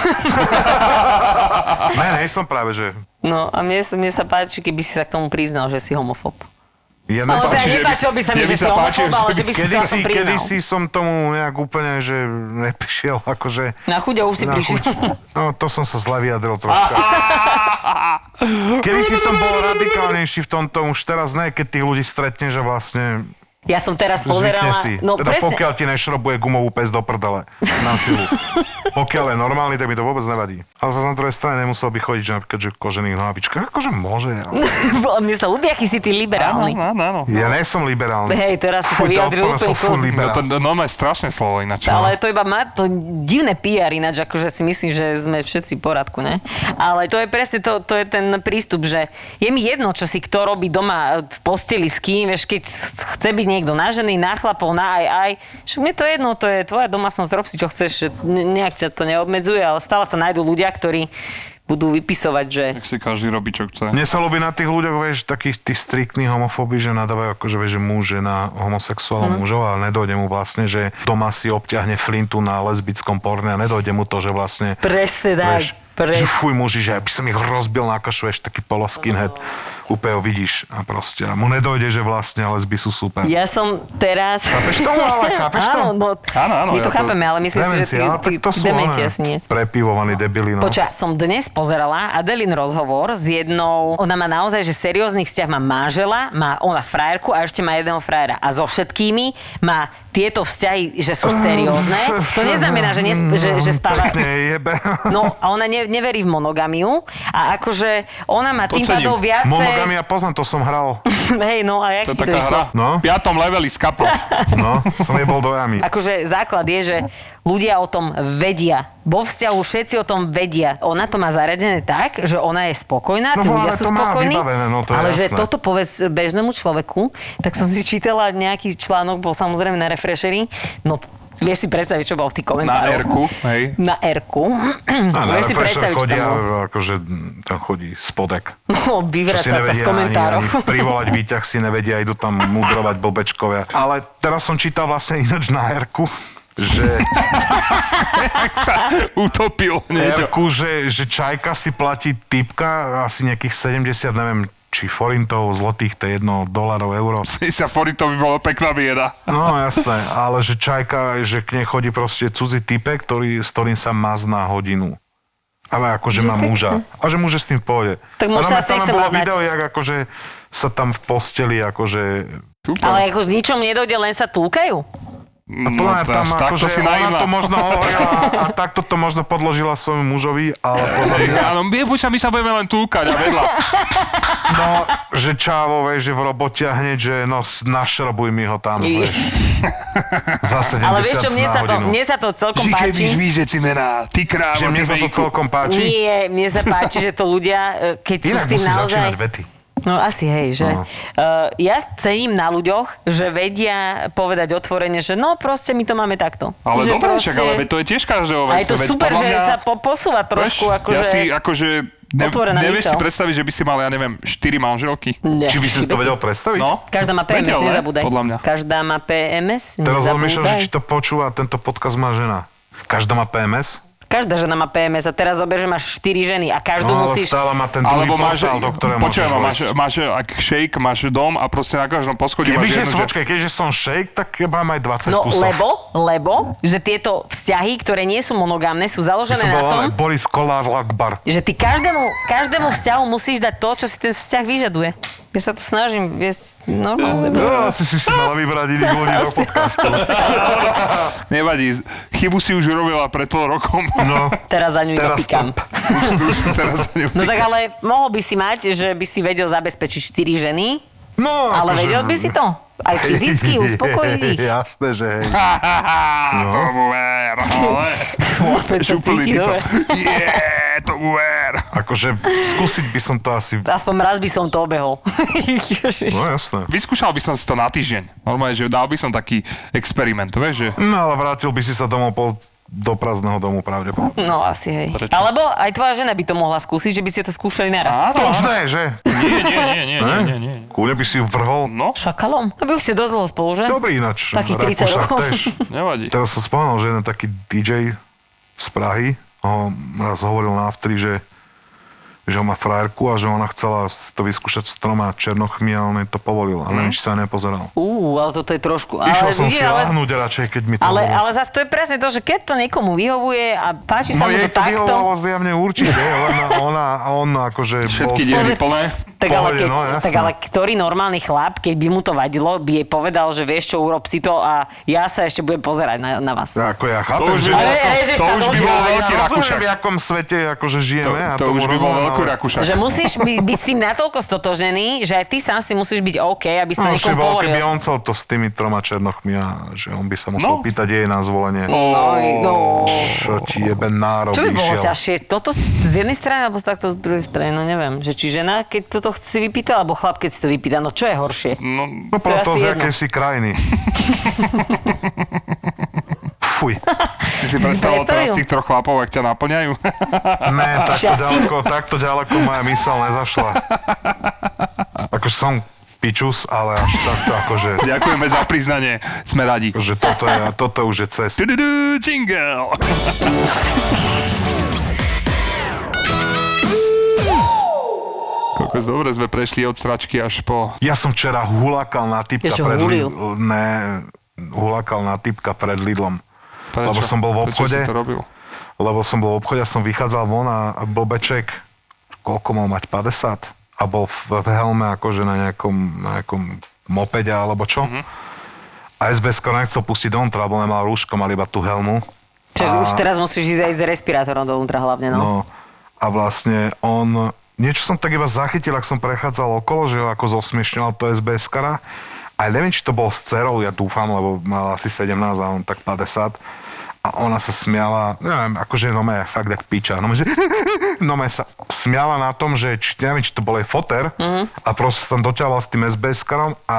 S3: ne, ne, som práve, že...
S2: No a mne, mne sa páči, keby si sa k tomu priznal, že si homofób.
S3: Ja
S2: Ale
S3: nepáči,
S2: teda
S1: že by-
S2: nepáčilo by sa mi,
S1: mne by
S2: že si
S1: sa páčilo,
S2: homofób,
S1: že
S2: ale
S1: by-
S2: že by si to
S3: Kedysi,
S2: aspoň priznal.
S3: kedysi som tomu nejak úplne, že neprišiel, akože...
S2: Na chuť a už si
S3: na
S2: prišiel.
S3: chuť. No, to som sa zle vyjadril troška. Kedysi som bol radikálnejší v tomto, už teraz ne, keď tých ľudí stretneš a vlastne
S2: Ja som teraz
S3: zvykne
S2: pozerala...
S3: si.
S2: No
S3: teda
S2: presne.
S3: pokiaľ ti nešrobuje gumovú pes do prdele na silu. pokiaľ je normálny, tak mi to vôbec nevadí. Ale zase na druhej strane nemusel by chodiť, že napríklad, že v kožených nohavičkách, akože môže. Ale...
S2: No. Mne sa ľúbi, aký si ty liberálny.
S1: Áno, áno.
S3: Ja nie som liberálny.
S2: Hej, teraz si sa
S3: Fuj, tá
S2: vyjadril
S3: odpora som
S2: úplne
S3: furt
S1: No
S2: kos-
S1: to
S3: liberálny.
S1: no, normálne strašné slovo ináč. no.
S2: Ale to iba má to divné PR ináč, akože si myslím, že sme všetci v poradku, ne? Ale to je presne to, to je ten prístup, že je mi jedno, čo si kto robí doma e, v posteli s kým, vieš, keď chce byť niekto na ženy, na chlapov, na aj, aj, však mne to je jedno, to je tvoja domácnosť, rob si čo chceš, že ne- nejak ťa to neobmedzuje, ale stále sa nájdú ľudia, ktorí budú vypisovať, že
S1: Tak si každý robí, čo chce.
S3: Mne sa ľúbi na tých ľuďoch, vieš, takých tých striktných homofóbí, že nadávajú akože, vieš, že muž je na homosexuálov
S2: Mhm.
S3: mm. mužov, ale nedojde mu vlastne, že doma si obťahne flintu na lesbickom porne a nedojde mu to, že vlastne
S2: presne tak,
S3: Vieš, že
S2: presne.
S3: fuj muži, že aby som ich rozbil na kašu, vieš, taký poloskinhead,
S2: No.
S3: úplne ho vidíš a proste a mu nedojde, že vlastne lesby sú super. Ja.
S2: Ja som teraz...
S3: Chápeš tomu, ale chápeš to?
S2: Áno, no,
S1: Áno, áno,
S2: my
S1: ja
S2: to
S1: to-
S2: chápeme, ale myslím si, že
S3: Demencia,
S2: tí,
S3: ale
S2: tí,
S3: tak to sú no.
S2: dementi
S3: oné
S2: asi nie.
S3: prepivovaní debili, no.
S2: Počkaj, som dnes pozerala Adelin rozhovor s jednou, ona má naozaj, že seriózny vzťah má mážela, má ona frajerku a ešte má jedného frajera. A so všetkými má tieto vzťahy, že
S1: Ah.
S2: sú seriózne. To neznamená, že, nes, že,
S1: Mm,
S2: že spáva...
S3: Pekne jebe.
S2: No a ona ne, neverí v monogamiu a akože ona má tým
S1: Podcením.
S2: pádom viacej...
S3: Monogamia poznám, to som hral.
S2: Hej, no a jak
S1: To je
S2: si to
S1: taká
S2: išlo?
S1: hra.
S3: No.
S1: V piatom leveli s kapom.
S3: No, som jebol do jamy.
S2: Akože základ je, že ľudia o tom vedia. Vo vzťahu všetci o tom vedia. Ona to má zaradené tak, že ona je spokojná,
S3: No
S2: tí
S3: ale
S2: ľudia sú
S3: to má
S2: spokojní.
S3: vybavené, no to je
S2: ale že
S3: jasné.
S2: toto povedz bežnému človeku, tak som si čítala nejaký článok, bol samozrejme na refresheri, no vieš si predstaviť, čo bol v tých
S1: Na
S2: komentároch.
S1: R-ku, hej.
S2: Na R-ku.
S3: A na
S2: Vieš si
S3: refresher
S2: predstaviť, čo tam
S3: chodia,
S2: bolo.
S3: akože m, tam chodí spodek.
S2: No,
S3: Čo si
S2: vyvracať sa z
S3: nevedia ani,
S2: komentárov.
S3: ani privolať výťah si nevedia, idú tam mudrovať blbečkovia. Ale teraz som čítal vlastne ináč na Herku, že
S1: Sa utopil. niečo.
S3: Erku, že, že Čajka si platí typka asi nejakých 70, neviem, či forintov, zlotých, to je jedno, dolarov, euro.
S1: 60 forintov by bolo pekná bieda.
S3: No jasné, ale že Čajka, že k nej chodí proste cudzí typek, ktorý, s ktorým sa mazná hodinu. Ale akože má muža. A že muže s tým pôjde.
S2: Tak muž sa asi
S3: tam
S2: nechce
S3: bolo
S2: maznať.
S3: video, jak akože sa tam v posteli, akože
S1: Super.
S2: Ale ako s ničom nedojde, len sa túkajú.
S1: No,
S3: Plná
S1: to
S3: tam
S1: až
S3: akože
S1: takto si
S3: ona
S1: naivná.
S3: to možno hovorila a takto to možno podložila svojmu mužovi, ale podľa mňa,
S1: Áno, no, my, buď sa, my sa budeme len túkať a vedľa.
S3: no, že čávo, vieš, že v robote a hneď, že no, s- našrobuj mi ho tam,
S2: Je-
S3: vieš. Za 70
S2: Ale vieš čo, mne
S3: na
S2: sa, to,
S3: hodinu.
S2: mne sa to celkom páči.
S1: že si mená, ty kráva,
S3: že mne sa to celkom páči.
S2: Nie, mne sa páči, že to ľudia, e, keď sú
S3: Inak
S2: s tým
S3: musí
S2: naozaj...
S3: začínať vety.
S2: No asi hej, že?
S3: No.
S2: Uh, ja cením na ľuďoch, že vedia povedať otvorene, že no proste my to máme takto.
S1: Ale
S2: že
S1: dobre, však, ale veď to je tiež každého vec.
S2: A je to
S1: veď
S2: super,
S1: podľa
S2: že sa po, posúva trošku,
S1: Vieš,
S2: akože...
S1: Ja si akože... Ne,
S2: Otvorená
S1: nevieš
S2: mysel. Mm.
S1: si predstaviť, že by si mal, ja neviem, 4 manželky?
S2: Ne,
S3: Či by si si to
S2: šibeti.
S3: vedel predstaviť?
S1: No.
S2: Každá má PMS,
S1: Vedel, ne?
S2: nezabúdaj.
S1: Podľa mňa.
S2: Každá má PMS,
S3: Teraz rozmýšľam, že
S2: nezabúdaj.
S3: či to počúva tento podcast má žena. Každá má PMS?
S2: Každá žena má PMS a teraz zober, že máš 4 ženy a každú
S3: No ale
S2: musíš...
S3: stále má ten druhý
S1: Alebo máš,
S3: portál, do ktorého
S1: počujem,
S3: môžeš
S1: máš,
S3: ísť.
S1: máš, eh, ak shake, máš dom a proste na každom poschodí máš
S3: Kebyže
S1: jednu,
S3: som,
S1: že-
S3: počkaj, keďže som shake, tak ja mám aj 20
S2: No
S3: kusov.
S2: lebo, lebo, že tieto vzťahy, ktoré nie sú monogámne, sú
S3: By
S2: založené
S3: som
S2: na
S3: bol
S2: tom,
S3: ale Boris Kolár Lakbar.
S2: že ty každému, každému vzťahu musíš dať to, čo si ten vzťah vyžaduje. Ja sa tu snažím viesť normálne.
S3: No, asi si si mala vybrať iných ľudí do podcastu.
S1: Nevadí, chybu si už urobila pred pol rokom.
S3: No,
S2: Teraz za ňu iba
S3: teraz
S2: pikám.
S3: stop.
S1: už, už teraz sa neupíka.
S2: No tak ale mohol by si mať, že by si vedel zabezpečiť 4 ženy,
S3: No,
S2: ale
S3: akože-
S2: vedel by si to? Aj fyzicky uspokojiť ich?
S3: Jasné, že hej.
S1: to ver, ale...
S2: Chlapec sa
S1: Šupli
S2: cíti
S1: ti to.
S2: dobre.
S1: Yeah, to ver.
S3: Akože skúsiť by som to asi...
S2: Aspoň raz by som to obehol. Ježiš.
S3: No jasné.
S1: Vyskúšal by som si to na týždeň. Normálne, že dal by som taký experiment, vieš, že...
S3: No ale vrátil by si sa domov po, do prázdneho domu pravdepodobne.
S2: No asi, hej.
S1: Prečo?
S2: Alebo aj tvoja žena by to mohla skúsiť, že by ste to skúšali naraz.
S1: Áno,
S3: Už ne, že?
S1: Nie, nie, nie, nie, nie, nie, nie.
S3: Kúne by si ju vrhol.
S1: No,
S2: Šakalom? No by už ste dosť dlho spolu, že?
S3: Dobrý ináč.
S2: Takých 30
S3: Rakúšan
S2: rokov.
S3: Tiež.
S1: nevadí.
S3: Teraz som spomenul, že jeden taký DJ z Prahy ho raz hovoril na aftri, že že on má frajerku a že ona chcela si to vyskúšať s troma černochmi a on jej to povolil. A neviem, či sa aj nepozeral.
S2: Ú, ale toto je trošku...
S3: Išiel
S2: Mhm. ale,
S3: som si
S2: vidíš, ale,
S3: láhnuť radšej, keď mi to
S2: ale,
S3: hovoril.
S2: ale zase to je presne to, že keď to niekomu vyhovuje a páči
S3: No
S2: sa mu
S3: jej to
S2: to takto...
S3: vyhovovalo zjavne určite, ona, ona, on akože
S1: Všetky
S3: bol...
S1: diery plné.
S2: Tak ale,
S3: Pohode,
S2: keď,
S3: no, jasné.
S2: tak ale ktorý normálny chlap, keď by mu to vadilo, by jej povedal, že vieš čo, urob si to a ja sa ešte budem pozerať na, na vás.
S3: Ako ja chápem,
S1: už
S3: že...
S1: by
S2: Ale
S1: bol-
S2: režeš
S1: to
S2: sa
S1: už by
S2: dlží,
S1: bol
S2: ale ja
S1: veľký
S3: Ja rozumiem,
S1: rakúšak.
S3: v akom svete akože žijeme. a
S1: To už by bol
S3: rozumiem,
S1: veľký
S3: ale-
S1: rakúšak.
S2: Že musíš byť, byť s tým natoľko stotožnený, že aj ty sám si musíš byť OK, aby si to
S3: No, si
S2: niekomu
S3: bol, keby
S2: povolil.
S3: on chcel to s tými troma černochmi a že on by sa musel
S1: No.
S3: pýtať jej na zvolenie.
S2: No, no.
S3: Čo ti jebe národ
S2: Čo by bolo
S3: išiel.
S2: ťažšie? Toto z z jednej strany alebo z takto z druhej strany? No neviem. Že či žena, keď toto chci vypýta, alebo chlap, keď si to vypýta. No čo je horšie?
S1: No,
S3: No podľa
S2: To je
S3: toho,
S2: asi
S3: z
S2: jedno.
S3: akej si krajiny. Fuj,
S1: ty si
S2: si
S1: predstavoval teraz
S2: predstavil?
S1: tých troch chlapov, ak ťa naplňajú.
S3: ne, takto
S2: Šťastím.
S3: ďaleko, takto ďaleko moja mysel nezašla. Akože som pičus, ale až takto akože,
S1: Ďakujeme za priznanie, sme radi.
S3: že toto, je, toto už je cesta.
S1: Tududu, jingle. Kokos, dobre sme prešli od sračky až po...
S3: Ja som včera hulakal na typka
S2: Ešte
S3: pred
S2: hulil.
S3: Lidl- Ne, hulakal na typka pred Lidlom.
S1: Prečo?
S3: Lebo som bol v obchode.
S1: Prečo si to robil?
S3: Lebo som bol v obchode a som vychádzal von a blbeček, koľko mal mať, 50? A bol v, v helme akože na nejakom, na nejakom mopede alebo čo.
S1: Mhm.
S3: Mm-hmm. A SBS skoro nechcel pustiť don, teda lebo nemal rúško, mal iba tú helmu.
S2: Čo, už teraz musíš ísť aj s respirátorom dovnútra hlavne, no.
S3: No a vlastne on, niečo som tak iba zachytil, ak som prechádzal okolo, že ho ako zosmiešňoval to SBS kara. A neviem, či to bol s cerou, ja dúfam, lebo mala asi 17 a on tak 50. A ona sa smiala, neviem, akože no me, fakt tak piča. No, že, no me sa smiala na tom, že či, neviem, či to bol jej foter
S2: Mhm.
S3: mm-hmm. a proste sa tam doťahoval s tým SBS karom a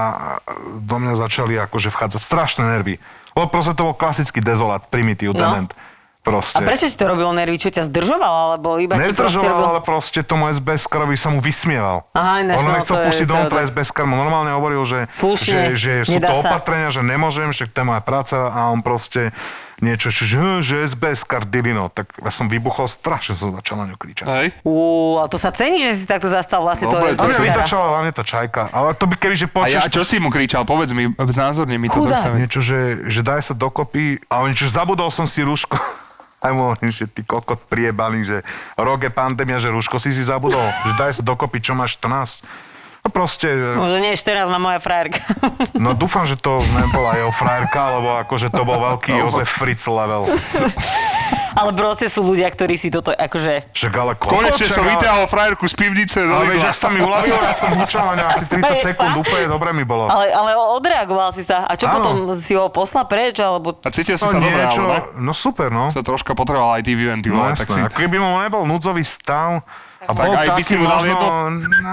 S3: do mňa začali akože vchádzať strašné nervy. Lebo proste to bol klasický dezolát, primitív, no.
S2: No.
S3: dement.
S2: A
S3: Proste.
S2: prečo ti to robilo nervy? Čo ťa zdržoval? Alebo iba ti proste
S3: Nezdržoval,
S2: robil...
S3: ale proste tomu SBS karovi sa mu vysmieval.
S2: Aha, ináč,
S3: On
S2: no,
S3: nechcel
S2: to je-
S3: pustiť
S2: to je
S3: dom pre
S2: tak.
S3: SBS karmu. Normálne hovoril, že,
S2: Slušne,
S3: že, že sú
S2: nedá
S3: to
S2: sa.
S3: opatrenia, že nemôžem, že to je moja práca a on proste niečo, že, že, že SBS kar dilino. Tak ja som vybuchol, strašne som začal na ňu kričať.
S1: Hej?
S2: Uú, ale to sa cení, že si takto zastal vlastne
S1: Dobre,
S3: A
S2: to
S3: mňa
S1: to som-
S3: vytačala hlavne tá čajka. Ale to by keby, že
S1: A ja,
S3: počuješ
S1: čo si mu kričal? Povedz mi, znázorne mi to
S2: Chudák.
S1: chcem.
S3: niečo, že, že daj sa dokopy a on niečo, zabudol som si rúško. Aj mu hovorím, že ty kokot priebaný, že rok je pandémia, že rúško si si zabudol, že daj sa dokopy, čo máš 14. No proste,
S2: Možno nie, ešte raz má moja frajerka.
S3: no dúfam, že to nebola jeho frajerka, lebo akože to bol veľký Jozef Fritz level.
S2: ale proste sú ľudia, ktorí si toto akože...
S3: Že ale kokot,
S1: Konečne
S3: čak,
S1: som
S3: ale-
S1: vyťahol frajerku z pivnice do
S3: Ale vieš,
S1: Lidla.
S3: ak sa mi uľavilo, ja som hučal na ňa asi 30
S2: Smeješ sa?
S3: sekúnd, úplne dobre mi bolo.
S2: Ale, ale odreagoval si sa. A čo
S3: Áno.
S2: potom si ho posla preč? Alebo...
S1: A cítil si
S3: No
S1: sa dobre,
S3: niečo,
S1: ale ne?
S3: no super, no.
S1: Sa troška potreboval aj ty
S3: No
S1: vyventilovať, tak si...
S3: jasné, ako keby mu nebol núdzový stav a bol
S1: aj by
S3: taký
S1: si mu dal
S3: možno,
S1: jedno?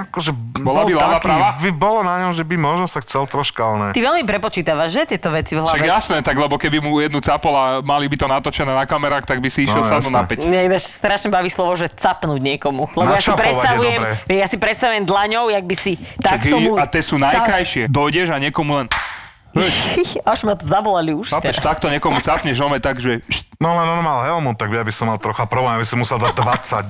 S3: akože
S1: Bola
S3: bol
S1: by ľava,
S3: taký,
S1: prava?
S3: by bolo na ňom, že by možno sa chcel troška, ale ne.
S2: Ty veľmi prepočítavaš, že tieto veci v
S1: Však
S2: hlave?
S1: jasné, tak lebo keby mu jednu capol a mali by to natočené na kamerách, tak by si išiel
S3: No,
S1: sadnú
S3: jasné.
S1: na päť.
S2: Mne ináč strašne baví slovo, že capnúť niekomu. Lebo ja
S3: Načapovať
S2: si,
S3: je
S2: predstavujem,
S3: dobré.
S2: ja si predstavujem dlaňou, jak by si
S1: Čak,
S2: takto mu...
S1: a tie sú najkrajšie. Dojdeš a niekomu len...
S2: Až ma to zavolali už
S1: Chápeš,
S2: teraz.
S1: takto niekomu capneš, no tak, že...
S3: No len on mal helmu, tak ja by som mal trocha problém, aby som musel dať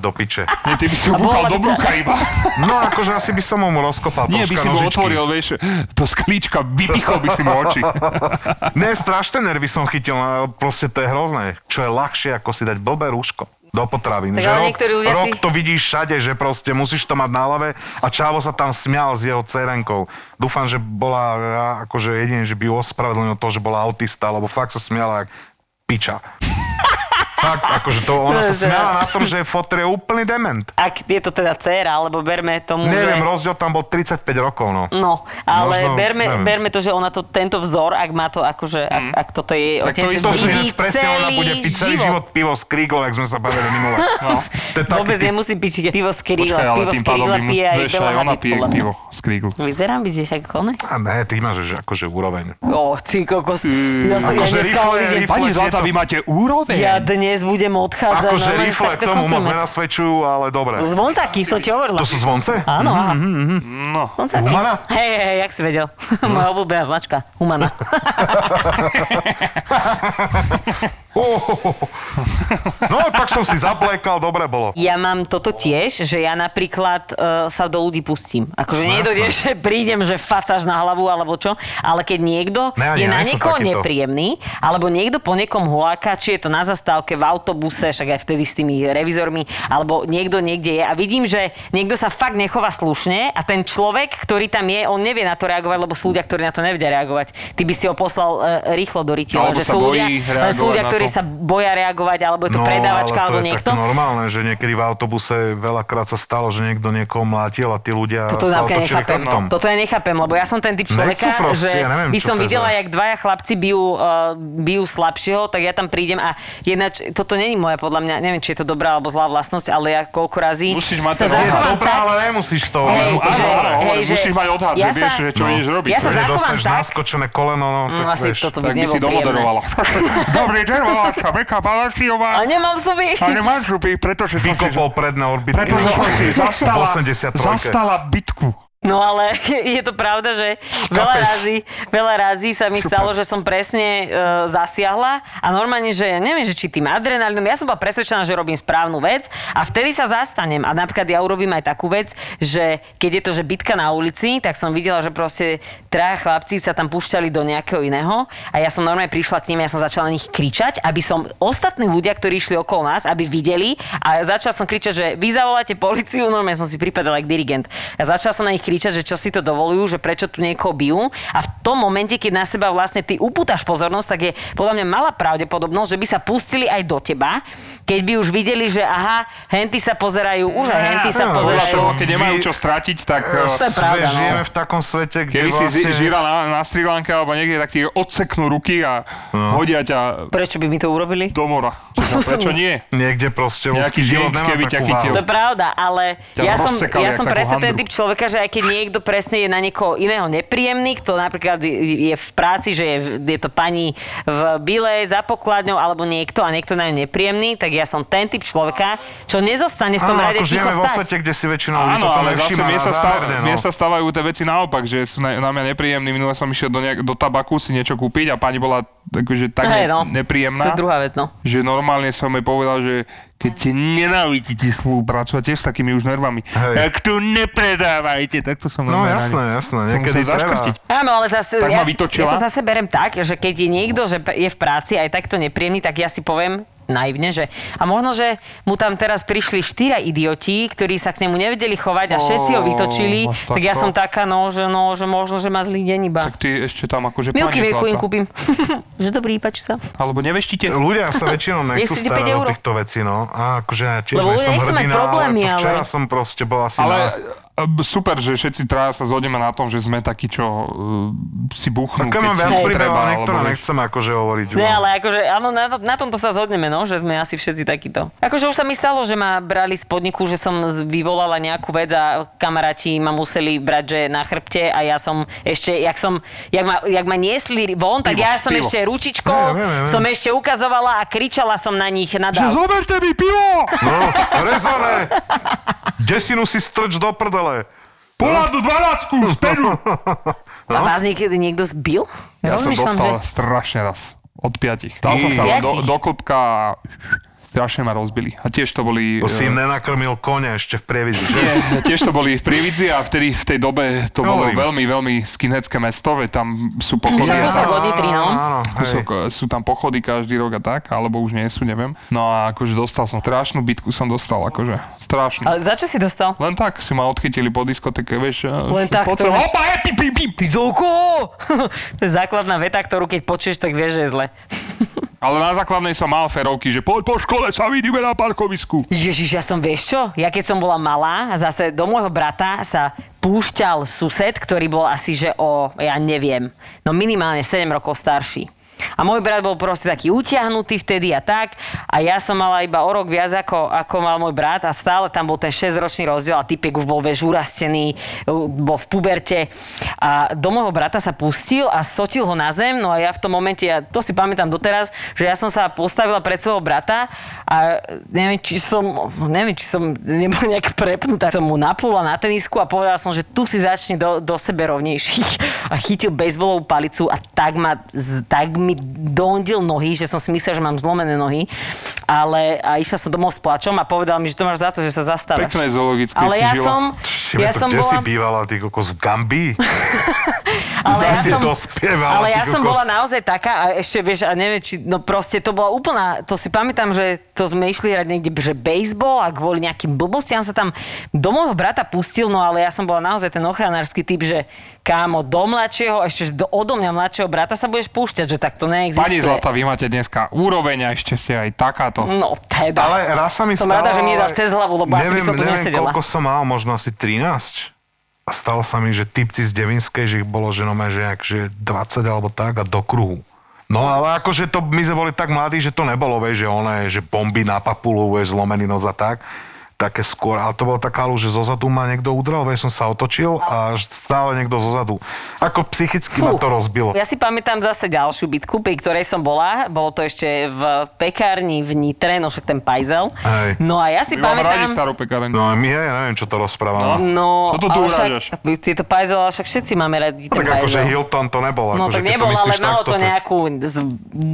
S3: 20 do piče.
S1: Nie, ty by si ho búchal do brucha iba.
S3: No akože asi by som mu rozkopal
S1: Nie, by
S3: troška
S1: si mu
S3: nožičky.
S1: otvoril, vieš, to sklíčka, vypichol by si mu oči.
S3: Ne, strašné nervy som chytil, no, proste to je hrozné. Čo je ľahšie, ako si dať blbé rúško do potravín.
S2: Tak
S3: Že
S2: ale
S3: rok,
S2: niektorí ľudia
S3: rok
S2: si-
S3: to vidíš všade, že proste musíš to mať na hlave a Čavo sa tam smial s jeho cerenkou. Dúfam, že bola ja, akože jedine, že by ju ospravedlnil to, že bola autista, lebo fakt sa smiala jak piča. fakt, akože to, ona sa
S2: Bože.
S3: smiala na tom, že Fotr je úplný dement.
S2: Ak je to teda dcéra, alebo berme tomu,
S3: Neviem,
S2: že...
S3: rozdiel tam bol 35 rokov, no.
S2: No, ale
S3: Možno,
S2: berme,
S3: neviem.
S2: berme to, že ona to, tento vzor, ak má to akože, ak, ak toto je jej
S1: Tak to
S2: otec,
S1: isto
S3: To si
S1: vidí
S3: ináč presne, ona bude piť celý život pivo z krígov, jak sme sa bavili minule. No. To je taký
S2: Vôbec
S3: typ.
S2: nemusí piť pivo z kríla.
S1: Počkaj, ale
S2: pivo z
S1: tým pádom
S2: kríla
S1: by mu,
S2: pije aj
S1: vieš,
S2: Bela
S1: aj ona
S2: Hadid,
S1: pije
S2: podľa mňa.
S1: pivo z kríglu.
S2: Vyzerám byť ako one?
S3: A ne, ty máš že akože úroveň.
S2: Ó, ty kokos. Ja som ja
S3: akože
S2: dneska
S3: rifle-
S2: odídem.
S3: rifle-
S1: Pani Zlata, vy máte úroveň.
S2: Ja dnes budem odchádzať.
S3: Akože
S2: normálne
S3: rifle
S2: takto
S3: tomu moc
S2: kompliment.
S3: nenasvedčujú, ale dobre.
S2: Zvoncaky, som ti hovorila.
S3: To sú zvonce?
S2: Áno, aha.
S1: No.
S2: Zvoncaky.
S3: mhm. Humana?
S2: Hej, hej, jak si vedel. Moja obľúbená značka. Humana.
S3: Oh, ho, ho, ho. No, tak som si zaplekal, dobre bolo.
S2: Ja mám toto tiež, že ja napríklad e, sa do ľudí pustím. Akože
S3: No,
S2: nie
S3: jasné.
S2: dojde, že prídem, že facáš na hlavu alebo čo, ale keď niekto
S3: Ne, ani
S2: je
S3: ja
S2: na
S3: nie som
S2: niekoho
S3: takýto.
S2: nepríjemný, alebo niekto po niekom huláka, či je to na zastávke, v autobuse, však aj vtedy s tými revizormi, alebo niekto niekde je a vidím, že niekto sa fakt nechová slušne a ten človek, ktorý tam je, on nevie na to reagovať, lebo sú ľudia, ktorí na to nevedia reagovať. Ty by si ho poslal e, rýchlo do rytila,
S1: Alebo
S2: že
S1: sa
S2: sú
S1: bojí
S2: ľudia, len sú ľudia
S1: reagovať na
S2: ktorí
S1: to.
S2: sa boja reagovať, alebo je to predávačka,
S3: No, ale to
S2: alebo
S3: je
S2: niekto.
S3: tak normálne, že niekedy v autobuse veľakrát sa stalo, že niekto niekoho mlátil a tí ľudia
S2: Toto
S3: sa
S2: napríklad
S3: otočili
S2: nechápem. No.
S3: chrbtom.
S2: Toto ja nechápem, lebo ja som ten typ človeka,
S3: proste,
S2: že
S3: ja neviem,
S2: by
S3: čo
S2: som
S3: to je
S2: videla,
S3: za-
S2: jak dvaja chlapci bijú, uh, bijú slabšieho, tak ja tam prídem a jednač, toto není moja podľa mňa, neviem, či je to dobrá alebo zlá vlastnosť, ale ja koľko razy
S1: Musíš mať
S2: sa
S1: ten odhad.
S3: Je
S2: zachovám
S3: dobrá,
S2: tak,
S3: ale nemusíš to.
S1: Ale
S2: Hej,
S1: áno, áno,
S2: že-
S1: hovorím,
S2: hej, že-
S1: musíš mať odhad,
S2: ja
S1: že vieš,
S2: sa-
S1: že čo
S3: No.
S1: ideš robiť.
S2: Ja sa
S3: Že
S2: zachovám
S3: dostaneš
S2: tak-
S3: naskočené koleno, no.
S2: Mm,
S3: tak
S2: asi
S3: vieš.
S2: toto by
S1: Tak by si
S2: nebolo príjemné.
S1: domoderovala. Dobrý deň, volá sa Beka Balašiová.
S2: Ale nemám zuby.
S1: A nemám zuby, pretože som si,
S3: Vykopol predné orbity.
S1: pretože som si zastala,
S3: No. v 83.
S1: zastala bitku.
S2: No ale je to pravda, že veľa razy, veľa razy sa mi
S1: Super.
S2: stalo, že som presne e, zasiahla a normálne, že ja neviem, že či tým adrenalinom, ja som bola presvedčená, že robím správnu vec a vtedy sa zastanem. A napríklad ja urobím aj takú vec, že keď je to, že bitka na ulici, tak som videla, že proste traja chlapci sa tam púšťali do nejakého iného a ja som normálne prišla k nim, ja som začala na nich kričať, aby som ostatní ľudia, ktorí išli okolo nás, aby videli a začala som kričať, že vy zavoláte policiu, normálne som si pripadala ako dirigent. A začala som na nich kričať, že čo si to dovolujú, že prečo tu niekoho bijú a v tom momente, keď na seba vlastne ty upútaš pozornosť, tak je podľa mňa malá pravdepodobnosť, že by sa pustili aj do teba, keď by už videli, že aha, henty sa pozerajú, už aj henty sa
S3: Áno,
S1: Podľa
S2: pozerajú.
S1: toho, keď nemajú čo stratiť, tak...
S2: To
S1: eh,
S2: je pravda, no.
S3: Žijeme v takom svete, kde
S1: Keby si
S3: vlastne...
S1: zi- žila na, na Sri Lanke alebo niekde, tak ti odseknú ruky a hodia ťa
S2: Prečo by mi to urobili?
S1: do mora. Čiže prečo nie?
S3: Niekde proste ľudský
S1: Nejaký
S3: život
S1: dink,
S3: nemá
S1: keby
S3: takú
S1: ťa
S3: váhu.
S1: chytil.
S2: To je pravda, ale
S1: Ťa
S2: ja som,
S1: rozsekali
S2: ja
S1: jak
S2: som
S1: takú
S2: presne ten
S1: handru.
S2: typ človeka, že aj keď niekto presne je na niekoho iného nepríjemný, kto napríklad je v práci, že je, je to pani v bile za pokladňou alebo niekto a niekto na ňu nepríjemný, tak ja som ten typ človeka, čo nezostane v tom
S3: Áno,
S2: rade
S3: ako
S1: akože
S2: ticho
S3: žijeme vo svete,
S2: stať.
S3: kde si väčšinou
S1: Áno,
S3: toto
S1: ale zase
S3: nevšíma
S1: mne sa, stav,
S3: zámerne,
S1: mne
S3: no.
S1: sa stávajú tie veci naopak, že sú na, na mňa nepríjemní. Minule som išiel do, nejak, do tabaku si niečo kúpiť a pani bola takže tak
S2: Hej,
S1: ne,
S2: no. To
S1: nepríjemná,
S2: je druhá vec, no.
S1: že normálne som jej povedal, že keď ti nenávidíte spolupracovať tiež s takými už nervami,
S3: Hej.
S1: tak tu nepredávajte. Tak to som
S3: No
S1: normálne na
S3: jasné,
S1: ňu-
S3: jasné,
S1: som
S3: niekedy
S1: musel
S3: treba.
S1: zaškrtiť.
S2: Áno, ale zase,
S1: Tak
S2: ja,
S1: ma vytočila.
S2: ja to zase berem tak, že keď je niekto, že pr- je v práci aj takto nepríjemný, tak ja si poviem naivne, že a možno, že mu tam teraz prišli štyria idioti, ktorí sa k nemu nevedeli chovať a všetci ho
S1: Ó,
S2: vytočili,
S1: až
S2: tak ja
S1: takto.
S2: som taká, no, že, no, že možno, že má zlý deň iba.
S1: Tak ty ešte tam akože
S2: Milky
S1: pani
S2: Wayku im
S1: Zlata.
S2: kúpim. že dobrý, páči sa.
S1: Alebo neveštite.
S3: Ľudia sa väčšinou nechcú
S2: 10-5
S3: starať o
S2: eur.
S3: týchto vecí, no. A akože ja tiež
S2: Lebo
S3: nie
S2: ľudia
S3: som
S2: nechcú mať
S3: hrdina,
S2: problémy,
S3: ale to včera
S2: ale-
S3: som proste bol asi
S1: Ale
S3: na...
S1: e, super, že všetci traja sa zhodneme na tom, že sme takí, čo e, si buchnú,
S3: Keď mám viac
S1: im
S3: príbehov, ale niektoré
S1: alebo-
S3: nechcem akože hovoriť.
S2: Ne,
S3: no.
S2: ale akože, áno, na, to- na tomto sa zhodneme, no, že sme asi všetci takíto. Akože už sa mi stalo, že ma brali z podniku, že som z- vyvolala nejakú vec a kamaráti ma museli brať, že na chrbte a ja som ešte, jak som, jak ma, jak ma niesli von, tak
S1: Pivo,
S2: ja som
S1: pivo.
S2: ešte ručičkou,
S3: Ne, viem, viem, viem.
S2: som ešte ukazovala a kričala som na nich
S1: Že
S2: nadal.
S1: zoberte mi pivo!
S3: No, rezone! Desinu si strč do prdele.
S1: Poládnu 12 späť!
S2: A vás niekedy niekto zbil?
S1: Ja som
S2: Rozmýšľam,
S1: dostal
S2: že-
S1: strašne raz. Od piatich. Dal som sa
S2: Piatich?
S1: do, do klubka a strašne ma rozbili. A tiež to boli...
S3: To si
S1: eh,
S3: im nenakrmil kone ešte v prievidzi, že?
S1: Nie, tiež to boli v Prievidzi a vtedy v tej dobe to bolo
S3: Hovorím.
S1: veľmi, veľmi skinheadské mesto, veď tam sú pochody.
S2: Však
S1: a
S2: kúsok
S1: tak.
S2: od Nitry, no.
S3: Áno, hej.
S1: Kúsok, e, sú tam pochody každý rok a tak, alebo už nie sú, neviem. No a akože dostal som, strašnú bitku som dostal, akože, strašnú.
S2: Ale za čo si dostal?
S1: Len tak si ma odchytili po diskoteke, vieš. eh,
S2: Len tak,
S1: Pocem,
S2: to-
S1: opa, je, pi, pi, pi.
S2: Ty doko! to je základná veta, ktorú keď počuješ, tak vieš, že je zle.
S1: Ale na základnej som mal ferovky, že poď po škole sa vidíme na parkovisku.
S2: Ježiš, ja som, vieš čo? Ja keď som bola malá, a zase do môjho brata sa púšťal sused, ktorý bol asi, že o, ja neviem, no minimálne 7 rokov starší. A môj brat bol proste taký utiahnutý vtedy a tak. A ja som mala iba o rok viac ako, ako mal môj brat a stále tam bol ten 6-ročný rozdiel a typek už bol vieš urastený, u- bol v puberte. A do môjho brata sa pustil a sotil ho na zem. No a ja v tom momente, ja to si pamätám doteraz, že ja som sa postavila pred svojho brata a neviem, či som, neviem, či som nebola nejak prepnutá. Som mu napula na tenisku a povedala som, že tu si začne do, do sebe rovnejších. A chytil bejsbolovú palicu a tak, ma, z- tak mi dondil nohy, že som si myslela, že mám zlomené nohy. Ale a išla som domov s plačom a povedal mi, že to máš za to, že sa zastávaš.
S1: Pekné zoologické
S2: Ale
S1: si
S2: ja
S1: žila.
S2: som,
S3: Čiže
S2: ja
S3: to,
S2: som
S3: kde si
S2: bola...
S3: bývala, ty kokos, v Gambii?
S2: ale ja
S3: Zase
S2: som,
S3: dospievala,
S2: ale
S3: ty
S2: ja som
S3: kokos.
S2: bola naozaj taká a ešte, vieš, a neviem, či, no proste to bola úplná, to si pamätám, že to sme išli hrať niekde, že baseball a kvôli nejakým blbostiam sa tam do môjho brata pustil, no ale ja som bola naozaj ten ochranársky typ, že kámo, do mladšieho, ešte že do, odo mňa mladšieho brata sa budeš púšťať, že tak to neexistuje.
S1: Pani Zlata, vy máte dneska úroveň a ešte ste aj takáto.
S2: No teda.
S3: Ale raz sa mi
S2: som
S3: stalo...
S2: rada, že mi nedal
S3: ale
S2: cez hlavu, lebo asi by som tu
S3: neviem,
S2: nesedela.
S3: koľko som mal, možno asi 13. A stalo sa mi, že typci z Devinskej, že ich bolo že, no, že, nejak, že 20 alebo tak a do kruhu. No ale akože to, my sme boli tak mladí, že to nebolo, vieš, že oné, že bomby na papulu, vieš, zlomený nos a tak. Také skôr, ale to bolo taká že zozadu ma niekto udral, vieš, som sa otočil a stále niekto zozadu. Ako psychicky ma
S2: Fú.
S3: to rozbilo.
S2: Ja si pamätám zase ďalšiu bitku, pri ktorej som bola. Bolo to ešte v pekárni v Nitre, no však ten pajzel.
S3: Hej.
S2: No a ja si
S1: My vám radi
S2: pamätám...
S1: starú pekareň.
S3: No a my, ja neviem, čo to rozprávame.
S2: No,
S1: Čo to tu
S2: ale však,
S1: urážaš?
S2: tieto pajzel, ale však všetci máme radi ten
S3: Tak akože
S2: pajzel.
S3: Hilton to nebol.
S2: No
S3: akože,
S2: tak
S3: keď
S2: nebol,
S3: to
S2: ale
S3: myslíš
S2: malo
S3: takto,
S2: to nejakú z-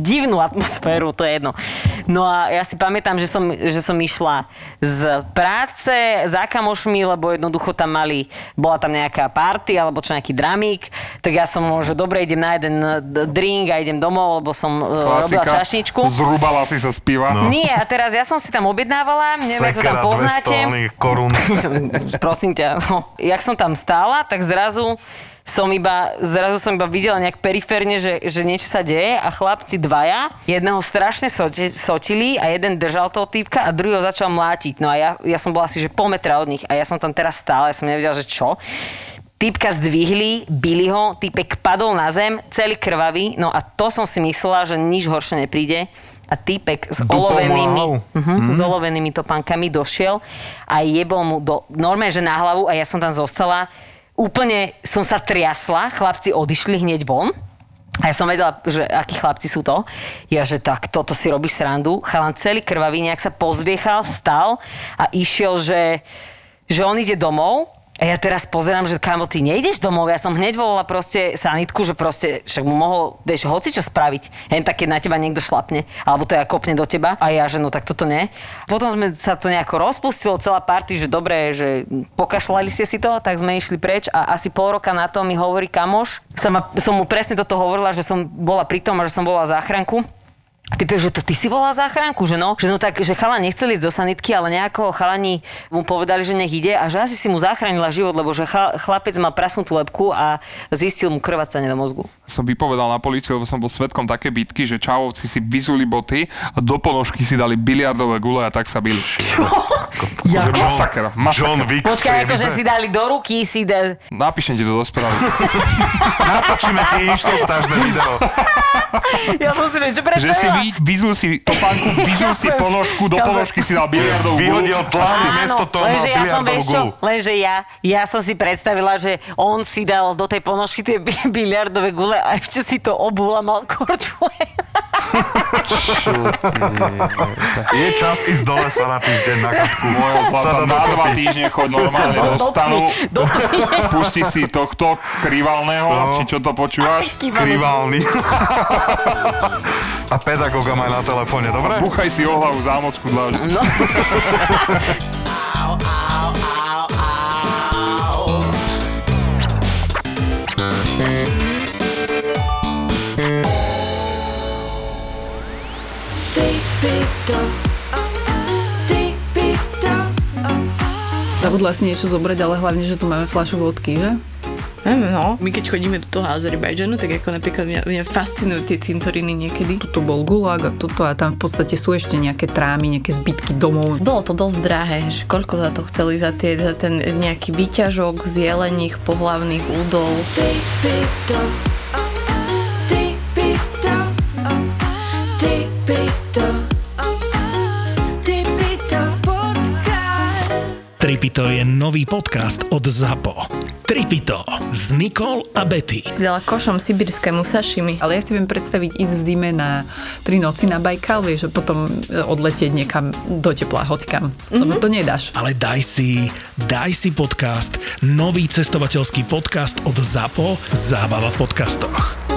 S2: divnú atmosféru, to je jedno. No a ja si pamätám, že som, že som išla z práce za kamošmi, lebo jednoducho tam mali, bola tam nejaká party alebo čo nejaký dramík, tak ja som že dobre, idem na jeden eh, d- drink a idem domov, lebo som Klasika. robila
S1: Klasika.
S2: čašničku.
S1: Zrubala si sa z piva.
S3: No.
S2: Nie, a teraz ja som si tam objednávala, neviem, ako to tam
S3: Sekera, 200
S2: poznáte.
S3: oných korún.
S2: Prosím ťa, no. Jak som tam stála, tak zrazu som iba, zrazu som iba videla nejak periférne, že, že niečo sa deje a chlapci dvaja, jedného strašne soti, sotili a jeden držal toho týpka a druhý ho začal mlátiť. No a ja, ja som bola asi, že pol metra od nich a ja som tam teraz stála, ja som nevedela, že čo. Týpka zdvihli, bili ho, týpek padol na zem, celý krvavý, no a to som si myslela, že nič horšie nepríde. A týpek s
S3: Dupol mu na
S2: olovenými,
S3: hlavu.
S2: Uh-huh, mm. s olovenými topánkami došiel a jebol mu do, normálne, že na hlavu a ja som tam zostala. Úplne som sa triasla, chlapci odišli hneď von. A ja som vedela, že akí chlapci sú to. Ja, že tak, toto si robíš srandu. Chalan celý krvavý, nejak sa pozviechal, vstal a išiel, že, že on ide domov. A ja teraz pozerám, že kámo, ty nejdeš domov. Ja som hneď volala proste sanitku, že proste však mu mohol, vieš, hoci čo spraviť. Hen tak, keď na teba niekto šlapne, alebo to ja kopne do teba. A ja, že no tak toto nie. Potom sme sa to nejako rozpustilo, celá party, že dobre, že pokašľali ste si to, tak sme išli preč a asi pol roka na to mi hovorí kamoš. Som, ma- som mu presne toto hovorila, že som bola pri tom a že som bola záchranku. A ty povieš, že to ty si volala záchranku, že no? Že no tak, že chala nechceli ísť do sanitky, ale nejako chalani mu povedali, že nech ide a že asi si mu zachránila život, lebo že cha- chlapec mal prasnutú lepku a zistil mu krvácanie do mozgu.
S1: Som vypovedal na políciu, lebo som bol svetkom také bitky, že čávovci si vyzuli boty a do ponožky si dali biliardové gule a tak sa bili.
S3: Že bol
S1: Masaker, masaker.
S3: John Wick. z
S2: Počkaj, akože
S3: Prievidze.
S2: si dali do ruky, si de...
S1: Napíšem ti to do správy,
S3: Natočíme ti inštruktážne video.
S2: Ja som si vieš, čo
S1: že si vy, vyzul si topánku, vyzul si ponožku, do ponožky si dal biliardovú gulu.
S3: Vyhodil tlamy, miesto toho mal
S2: lenže ja som,
S3: biliardovú
S2: vieš čo,
S3: gulu.
S2: lenže ja, ja som si predstavila, že on si dal do tej ponožky tie bi- biliardové gule a ešte si to obul a mal korčule.
S3: Je čas ísť do lesa na týždeň na kačku.
S1: Moja zlata,
S3: Sada
S1: na
S3: dokopy.
S1: dva týždne chod normálne do stanu, pusti si tohto krivalného,
S3: No.
S1: či čo to počúvaš.
S3: Kriválny. A pedagóga maj na telefóne, dobre?
S1: Búchaj si o hlavu zámocku dlažu.
S4: Zabudla si niečo zobrať, ale hlavne, že tu máme fľašu vodky, že?
S5: No. My keď chodíme do toho Azerbajdžanu, tak ako napríklad mňa, mňa fascinujú tie cintoriny niekedy.
S4: Tuto bol gulag a toto a tam v podstate sú ešte nejaké trámy, nejaké zbytky domov.
S5: Bolo to dosť drahé, že koľko za to chceli, za, tie, za ten nejaký výťažok z jelených pohlavných údov.
S6: Tripito je nový podcast od ZAPO. Tripito s Nikol a Betty.
S5: Si dala košom sibirskému sašimi.
S4: Ale ja si viem predstaviť ísť v zime na tri noci na Bajkal, vieš, že potom e, odletieť niekam do tepla, hocikam. Mm-hmm. Lebo to nedáš.
S6: Ale daj si, daj si podcast, nový cestovateľský podcast od ZAPO, zábava v podcastoch.